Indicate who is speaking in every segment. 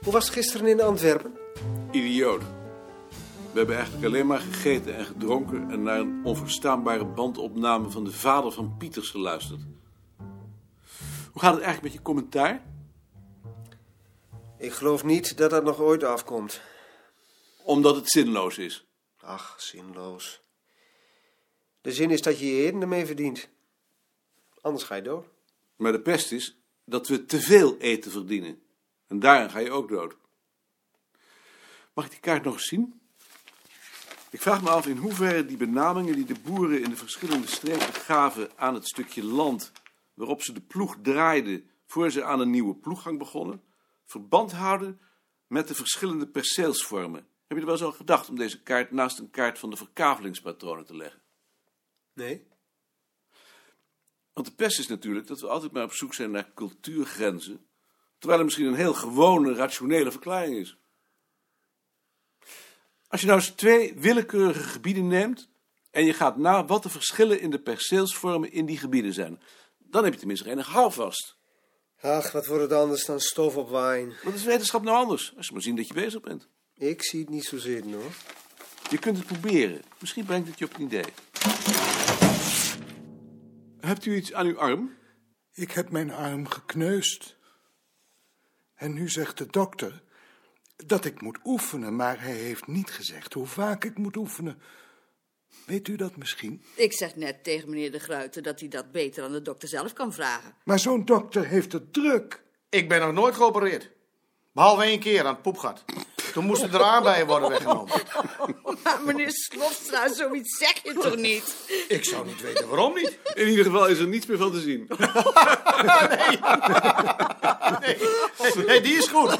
Speaker 1: was gisteren in Antwerpen?
Speaker 2: Idioot. We hebben eigenlijk alleen maar gegeten en gedronken en naar een onverstaanbare bandopname van de vader van Pieters geluisterd. Hoe gaat het eigenlijk met je commentaar?
Speaker 1: Ik geloof niet dat dat nog ooit afkomt.
Speaker 2: Omdat het zinloos is.
Speaker 1: Ach, zinloos. De zin is dat je je heden ermee verdient. Anders ga je dood.
Speaker 2: Maar de pest is dat we te veel eten verdienen. En daarin ga je ook dood. Mag ik die kaart nog eens zien? Ik vraag me af in hoeverre die benamingen die de boeren in de verschillende streken gaven aan het stukje land waarop ze de ploeg draaiden voor ze aan een nieuwe ploeggang begonnen, verband houden met de verschillende perceelsvormen. Heb je er wel eens aan gedacht om deze kaart naast een kaart van de verkavelingspatronen te leggen?
Speaker 1: Nee?
Speaker 2: Want de pest is natuurlijk dat we altijd maar op zoek zijn naar cultuurgrenzen, terwijl er misschien een heel gewone, rationele verklaring is. Als je nou eens twee willekeurige gebieden neemt en je gaat na wat de verschillen in de perceelsvormen in die gebieden zijn, dan heb je tenminste enig houvast.
Speaker 1: Ach, wat wordt het anders dan stof op wijn?
Speaker 2: Wat is wetenschap nou anders? Als je maar zien dat je bezig bent.
Speaker 1: Ik zie het niet zo zitten hoor.
Speaker 2: Je kunt het proberen. Misschien brengt het je op een idee. Hebt u iets aan uw arm?
Speaker 3: Ik heb mijn arm gekneusd. En nu zegt de dokter dat ik moet oefenen, maar hij heeft niet gezegd hoe vaak ik moet oefenen. Weet u dat misschien?
Speaker 4: Ik zeg net tegen meneer de Gruiter dat hij dat beter aan de dokter zelf kan vragen.
Speaker 3: Maar zo'n dokter heeft het druk.
Speaker 5: Ik ben nog nooit geopereerd. Behalve één keer aan het poepgat. Toen moesten er aardbeien worden weggenomen.
Speaker 4: Maar meneer Slofstra, zoiets zeg je toch niet?
Speaker 5: Ik zou niet weten waarom niet.
Speaker 2: In ieder geval is er niets meer van te zien.
Speaker 5: Hé, hey, die is goed.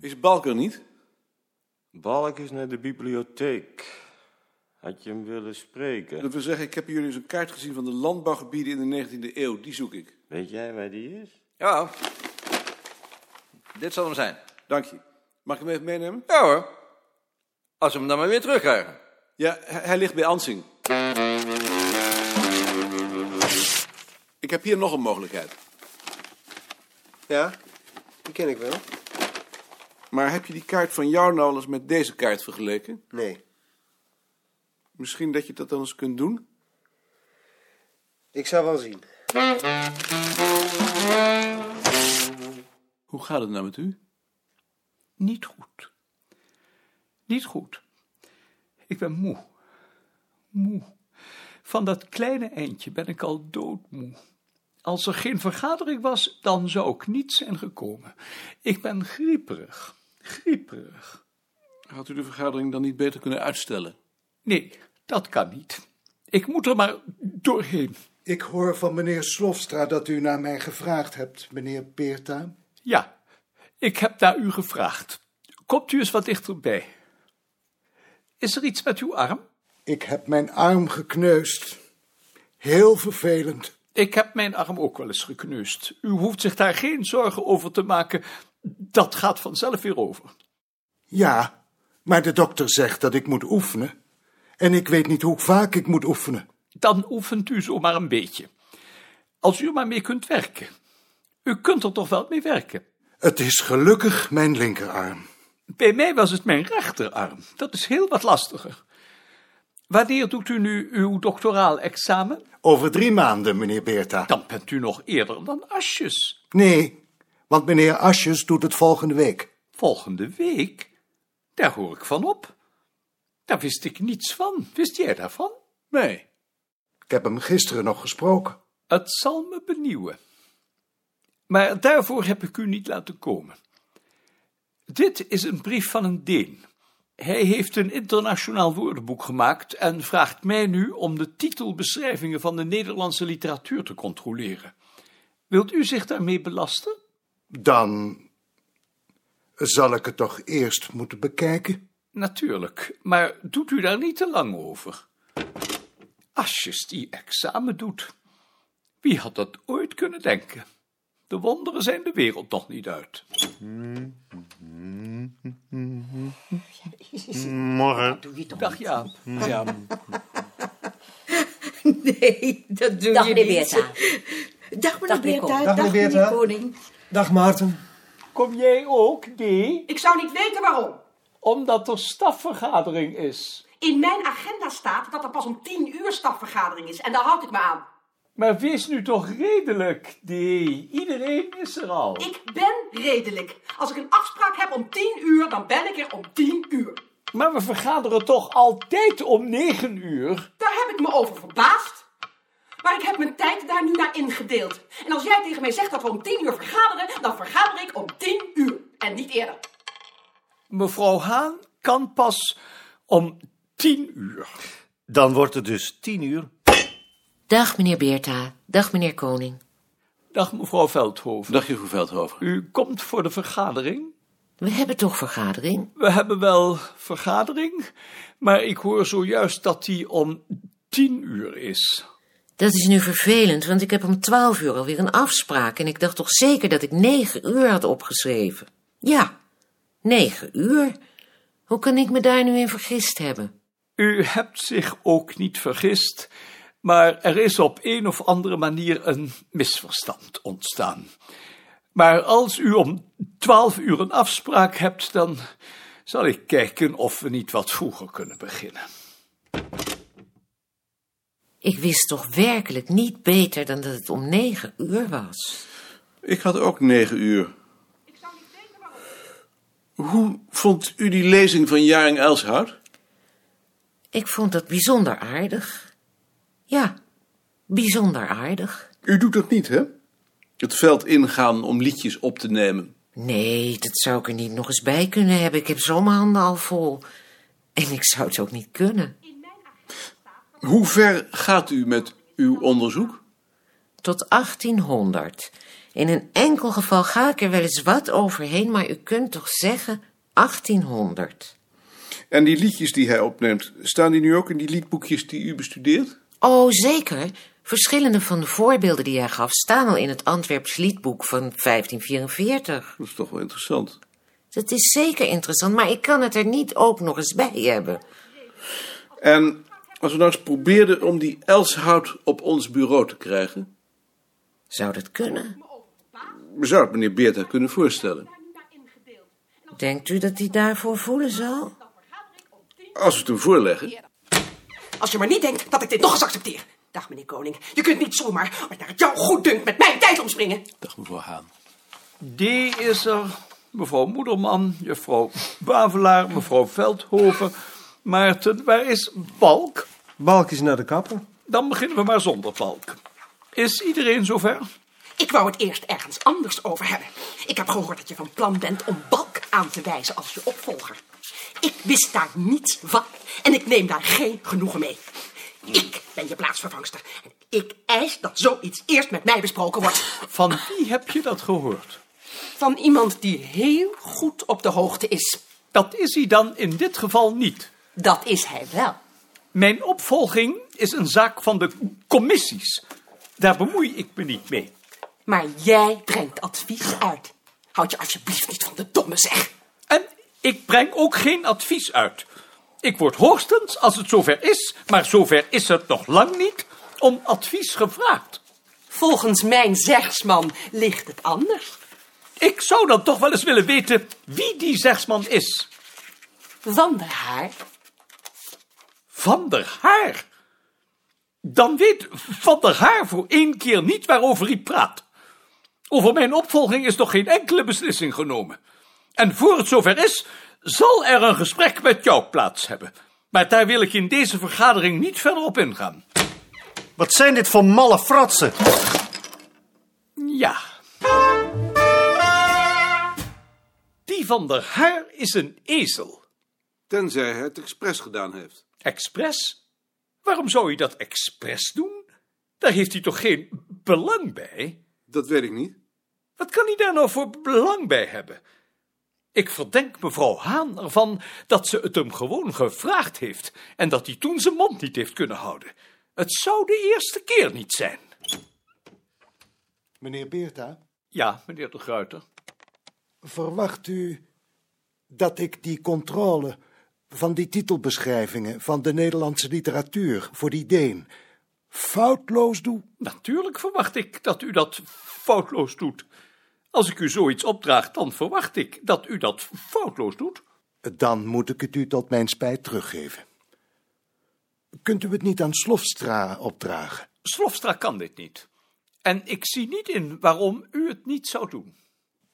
Speaker 2: Is Balker niet?
Speaker 6: Balk is naar de bibliotheek. Had je hem willen spreken?
Speaker 2: Dat wil zeggen, ik heb jullie eens een kaart gezien van de landbouwgebieden in de 19e eeuw. Die zoek ik.
Speaker 6: Weet jij waar die is?
Speaker 7: Ja, dit zal hem zijn.
Speaker 2: Dank je. Mag ik hem even meenemen?
Speaker 7: Ja hoor, als we hem dan maar weer terugkrijgen.
Speaker 2: Ja, hij, hij ligt bij Ansing. Ik heb hier nog een mogelijkheid.
Speaker 1: Ja, die ken ik wel.
Speaker 2: Maar heb je die kaart van jou nou al eens met deze kaart vergeleken?
Speaker 1: Nee.
Speaker 2: Misschien dat je dat dan eens kunt doen?
Speaker 1: Ik zou wel zien.
Speaker 2: Hoe gaat het nou met u?
Speaker 8: Niet goed. Niet goed. Ik ben moe. Moe. Van dat kleine eindje ben ik al doodmoe. Als er geen vergadering was, dan zou ik niet zijn gekomen. Ik ben grieperig. Grieperig.
Speaker 2: Had u de vergadering dan niet beter kunnen uitstellen?
Speaker 8: Nee, dat kan niet. Ik moet er maar doorheen.
Speaker 3: Ik hoor van meneer Slofstra dat u naar mij gevraagd hebt, meneer Peerta.
Speaker 8: Ja, ik heb naar u gevraagd. Komt u eens wat dichterbij. Is er iets met uw arm?
Speaker 3: Ik heb mijn arm gekneusd. Heel vervelend.
Speaker 8: Ik heb mijn arm ook wel eens gekneusd. U hoeft zich daar geen zorgen over te maken. Dat gaat vanzelf weer over.
Speaker 3: Ja, maar de dokter zegt dat ik moet oefenen. En ik weet niet hoe vaak ik moet oefenen.
Speaker 8: Dan oefent u zomaar een beetje. Als u er maar mee kunt werken. U kunt er toch wel mee werken?
Speaker 3: Het is gelukkig mijn linkerarm.
Speaker 8: Bij mij was het mijn rechterarm. Dat is heel wat lastiger. Wanneer doet u nu uw doctoraal examen?
Speaker 3: Over drie maanden, meneer Beerta.
Speaker 8: Dan bent u nog eerder dan Asjes.
Speaker 3: Nee, want meneer Asjes doet het volgende week.
Speaker 8: Volgende week? Daar hoor ik van op. Daar wist ik niets van. Wist jij daarvan?
Speaker 2: Nee.
Speaker 3: Ik heb hem gisteren nog gesproken.
Speaker 8: Het zal me benieuwen. Maar daarvoor heb ik u niet laten komen. Dit is een brief van een Deen. Hij heeft een internationaal woordenboek gemaakt en vraagt mij nu om de titelbeschrijvingen van de Nederlandse literatuur te controleren. Wilt u zich daarmee belasten?
Speaker 3: Dan zal ik het toch eerst moeten bekijken.
Speaker 8: Natuurlijk, maar doet u daar niet te lang over. Asjes die examen doet. Wie had dat ooit kunnen denken? De wonderen zijn de wereld nog niet uit.
Speaker 6: Morgen.
Speaker 4: Doe je toch
Speaker 8: Dag Jaap. Ja.
Speaker 4: Nee, dat doe
Speaker 9: Dag,
Speaker 4: je
Speaker 9: meneer
Speaker 4: niet.
Speaker 9: Beerta.
Speaker 4: Dag meneer
Speaker 9: Dag,
Speaker 4: Beerta.
Speaker 9: Nicole.
Speaker 1: Dag, meneer Beerta.
Speaker 4: Koning.
Speaker 1: Dag Maarten.
Speaker 8: Kom jij ook, die?
Speaker 10: Ik zou niet weten waarom.
Speaker 8: Omdat er stafvergadering is.
Speaker 10: In mijn agenda staat dat er pas om tien uur stafvergadering is. En daar houd ik me aan.
Speaker 8: Maar wees nu toch redelijk, die. Iedereen is er al.
Speaker 10: Ik ben redelijk. Als ik een afspraak heb om tien uur, dan ben ik er om tien uur.
Speaker 8: Maar we vergaderen toch altijd om negen uur?
Speaker 10: Daar heb ik me over verbaasd. Maar ik heb mijn tijd daar nu naar ingedeeld. En als jij tegen mij zegt dat we om tien uur vergaderen, dan vergader ik om tien uur. En niet eerder.
Speaker 8: Mevrouw Haan kan pas om tien uur.
Speaker 7: Dan wordt het dus tien uur.
Speaker 9: Dag, meneer Beerta. Dag, meneer Koning.
Speaker 8: Dag mevrouw Veldhoven.
Speaker 2: Dagje voor Veldhoven.
Speaker 8: U komt voor de vergadering?
Speaker 9: We hebben toch vergadering?
Speaker 8: We hebben wel vergadering, maar ik hoor zojuist dat die om tien uur is.
Speaker 9: Dat is nu vervelend, want ik heb om twaalf uur alweer een afspraak. En ik dacht toch zeker dat ik negen uur had opgeschreven. Ja, negen uur. Hoe kan ik me daar nu in vergist hebben?
Speaker 8: U hebt zich ook niet vergist, maar er is op een of andere manier een misverstand ontstaan. Maar als u om twaalf uur een afspraak hebt, dan zal ik kijken of we niet wat vroeger kunnen beginnen.
Speaker 9: Ik wist toch werkelijk niet beter dan dat het om negen uur was.
Speaker 2: Ik had ook negen uur. Hoe vond u die lezing van Jaring Elshout?
Speaker 9: Ik vond dat bijzonder aardig. Ja, bijzonder aardig.
Speaker 2: U doet dat niet, hè? Het veld ingaan om liedjes op te nemen.
Speaker 9: Nee, dat zou ik er niet nog eens bij kunnen hebben. Ik heb zo'n handen al vol. En ik zou het ook niet kunnen.
Speaker 2: Hoe ver gaat u met uw onderzoek?
Speaker 9: Tot 1800. In een enkel geval ga ik er wel eens wat overheen, maar u kunt toch zeggen 1800.
Speaker 2: En die liedjes die hij opneemt, staan die nu ook in die liedboekjes die u bestudeert?
Speaker 9: Oh, zeker. Verschillende van de voorbeelden die hij gaf staan al in het Antwerps liedboek van 1544.
Speaker 2: Dat is toch wel interessant.
Speaker 9: Dat is zeker interessant, maar ik kan het er niet ook nog eens bij hebben.
Speaker 2: En als we nou eens probeerden om die Elshout op ons bureau te krijgen,
Speaker 9: Zou dat kunnen?
Speaker 2: zou het meneer Beerta kunnen voorstellen.
Speaker 9: Denkt u dat hij daarvoor voelen zal?
Speaker 2: Als we het hem voorleggen.
Speaker 10: Als je maar niet denkt dat ik dit nog eens accepteer. Dag meneer Koning. Je kunt niet zomaar, omdat naar het jou goed dunkt, met mijn tijd omspringen.
Speaker 2: Dag mevrouw Haan.
Speaker 8: D is er, mevrouw Moederman, juffrouw Bavelaar, mevrouw Veldhoven. Maarten, waar is Balk?
Speaker 1: Balk is naar de kapper.
Speaker 8: Dan beginnen we maar zonder Balk. Is iedereen zover?
Speaker 10: Ik wou het eerst ergens anders over hebben. Ik heb gehoord dat je van plan bent om Balk aan te wijzen als je opvolger. Ik wist daar niets van en ik neem daar geen genoegen mee. Ik ben je plaatsvervangster en ik eis dat zoiets eerst met mij besproken wordt.
Speaker 8: Van wie heb je dat gehoord?
Speaker 10: Van iemand die heel goed op de hoogte is.
Speaker 8: Dat is hij dan in dit geval niet.
Speaker 10: Dat is hij wel.
Speaker 8: Mijn opvolging is een zaak van de commissies. Daar bemoei ik me niet mee.
Speaker 10: Maar jij brengt advies uit. Houd je alsjeblieft niet van de domme zeg.
Speaker 8: En ik breng ook geen advies uit. Ik word hoogstens, als het zover is, maar zover is het nog lang niet, om advies gevraagd.
Speaker 10: Volgens mijn zegsman ligt het anders.
Speaker 8: Ik zou dan toch wel eens willen weten wie die zegsman is.
Speaker 10: Van der Haar
Speaker 8: Van der Haar. Dan weet Van der Haar voor één keer niet waarover hij praat. Over mijn opvolging is nog geen enkele beslissing genomen. En voor het zover is, zal er een gesprek met jou plaats hebben. Maar daar wil ik in deze vergadering niet verder op ingaan.
Speaker 7: Wat zijn dit voor malle fratsen?
Speaker 8: Ja. Die van der Haar is een ezel.
Speaker 2: Tenzij hij het expres gedaan heeft.
Speaker 8: Expres? Waarom zou hij dat expres doen? Daar heeft hij toch geen belang bij?
Speaker 2: Dat weet ik niet.
Speaker 8: Wat kan hij daar nou voor belang bij hebben? Ik verdenk mevrouw Haan ervan dat ze het hem gewoon gevraagd heeft en dat hij toen zijn mond niet heeft kunnen houden. Het zou de eerste keer niet zijn.
Speaker 3: Meneer Beerta,
Speaker 8: Ja, meneer de Gruiter.
Speaker 3: verwacht u dat ik die controle van die titelbeschrijvingen van de Nederlandse literatuur voor die Deen foutloos doe?
Speaker 8: Natuurlijk verwacht ik dat u dat foutloos doet. Als ik u zoiets opdraag, dan verwacht ik dat u dat foutloos doet.
Speaker 3: Dan moet ik het u tot mijn spijt teruggeven. Kunt u het niet aan Slofstra opdragen?
Speaker 8: Slofstra kan dit niet. En ik zie niet in waarom u het niet zou doen.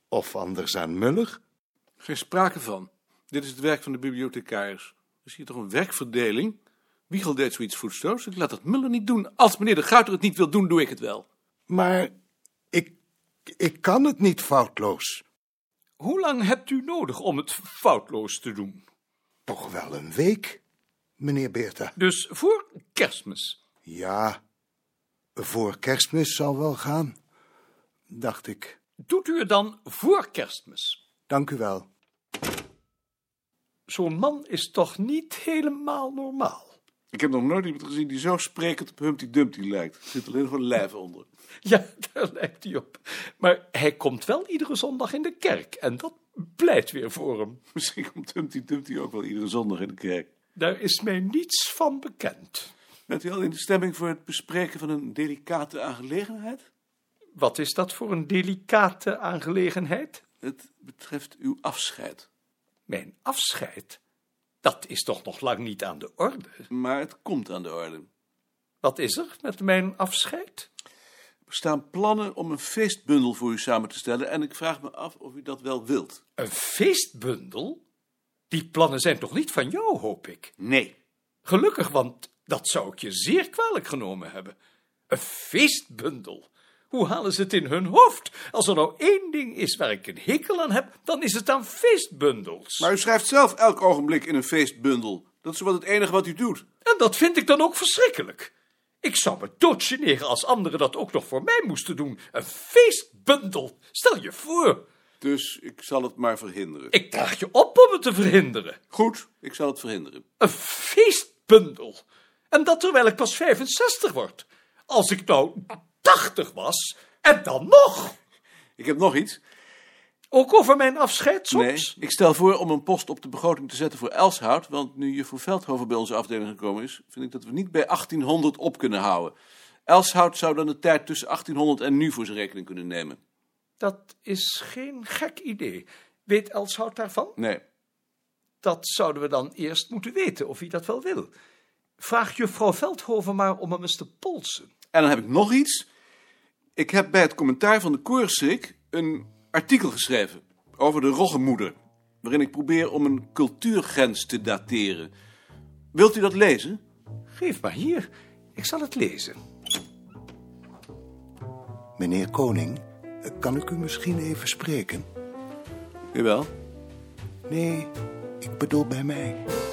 Speaker 3: Of anders aan Muller?
Speaker 2: Geen sprake van. Dit is het werk van de bibliothecaris. Er is hier toch een werkverdeling? Wiegel deed zoiets voetstoots. Ik laat dat Muller niet doen. Als meneer de Guiter het niet wil doen, doe ik het wel.
Speaker 3: Maar ik, ik kan het niet foutloos.
Speaker 8: Hoe lang hebt u nodig om het foutloos te doen?
Speaker 3: Toch wel een week, meneer Beerta.
Speaker 8: Dus voor kerstmis?
Speaker 3: Ja, voor kerstmis zal wel gaan, dacht ik.
Speaker 8: Doet u het dan voor kerstmis?
Speaker 3: Dank u wel.
Speaker 8: Zo'n man is toch niet helemaal normaal?
Speaker 2: Ik heb nog nooit iemand gezien die zo sprekend op Humpty Dumpty lijkt. Er zit alleen nog een lijf onder.
Speaker 8: Ja, daar lijkt hij op. Maar hij komt wel iedere zondag in de kerk en dat pleit weer voor hem.
Speaker 2: Misschien komt Humpty Dumpty ook wel iedere zondag in de kerk.
Speaker 8: Daar is mij niets van bekend.
Speaker 2: Bent u al in de stemming voor het bespreken van een delicate aangelegenheid?
Speaker 8: Wat is dat voor een delicate aangelegenheid?
Speaker 2: Het betreft uw afscheid.
Speaker 8: Mijn afscheid? Dat is toch nog lang niet aan de orde?
Speaker 2: Maar het komt aan de orde.
Speaker 8: Wat is er met mijn afscheid?
Speaker 2: Er bestaan plannen om een feestbundel voor u samen te stellen en ik vraag me af of u dat wel wilt.
Speaker 8: Een feestbundel? Die plannen zijn toch niet van jou, hoop ik?
Speaker 2: Nee.
Speaker 8: Gelukkig, want dat zou ik je zeer kwalijk genomen hebben. Een feestbundel. Hoe halen ze het in hun hoofd? Als er nou één ding is waar ik een hekel aan heb, dan is het aan feestbundels.
Speaker 2: Maar u schrijft zelf elk ogenblik in een feestbundel. Dat is wel het enige wat u doet.
Speaker 8: En dat vind ik dan ook verschrikkelijk. Ik zou me doodgeneren als anderen dat ook nog voor mij moesten doen. Een feestbundel, stel je voor.
Speaker 2: Dus ik zal het maar verhinderen.
Speaker 8: Ik draag je op om het te verhinderen.
Speaker 2: Goed, ik zal het verhinderen.
Speaker 8: Een feestbundel. En dat terwijl ik pas 65 word. Als ik nou 80 was, en dan nog.
Speaker 2: Ik heb nog iets.
Speaker 8: Ook over mijn afscheid soms?
Speaker 2: Nee, ik stel voor om een post op de begroting te zetten voor Elshout, want nu juffrouw Veldhoven bij onze afdeling gekomen is, vind ik dat we niet bij 1800 op kunnen houden. Elshout zou dan de tijd tussen 1800 en nu voor zijn rekening kunnen nemen.
Speaker 8: Dat is geen gek idee. Weet Elshout daarvan?
Speaker 2: Nee,
Speaker 8: Dat zouden we dan eerst moeten weten, of hij dat wel wil. Vraag juffrouw Veldhoven maar om hem eens te polsen.
Speaker 2: En dan heb ik nog iets. Ik heb bij het commentaar van de Koersik een artikel geschreven over de roggemoeder. Waarin ik probeer om een cultuurgrens te dateren. Wilt u dat lezen?
Speaker 8: Geef maar hier, ik zal het lezen.
Speaker 3: Meneer Koning, kan ik u misschien even spreken?
Speaker 2: Jawel.
Speaker 3: Nee, ik bedoel bij mij.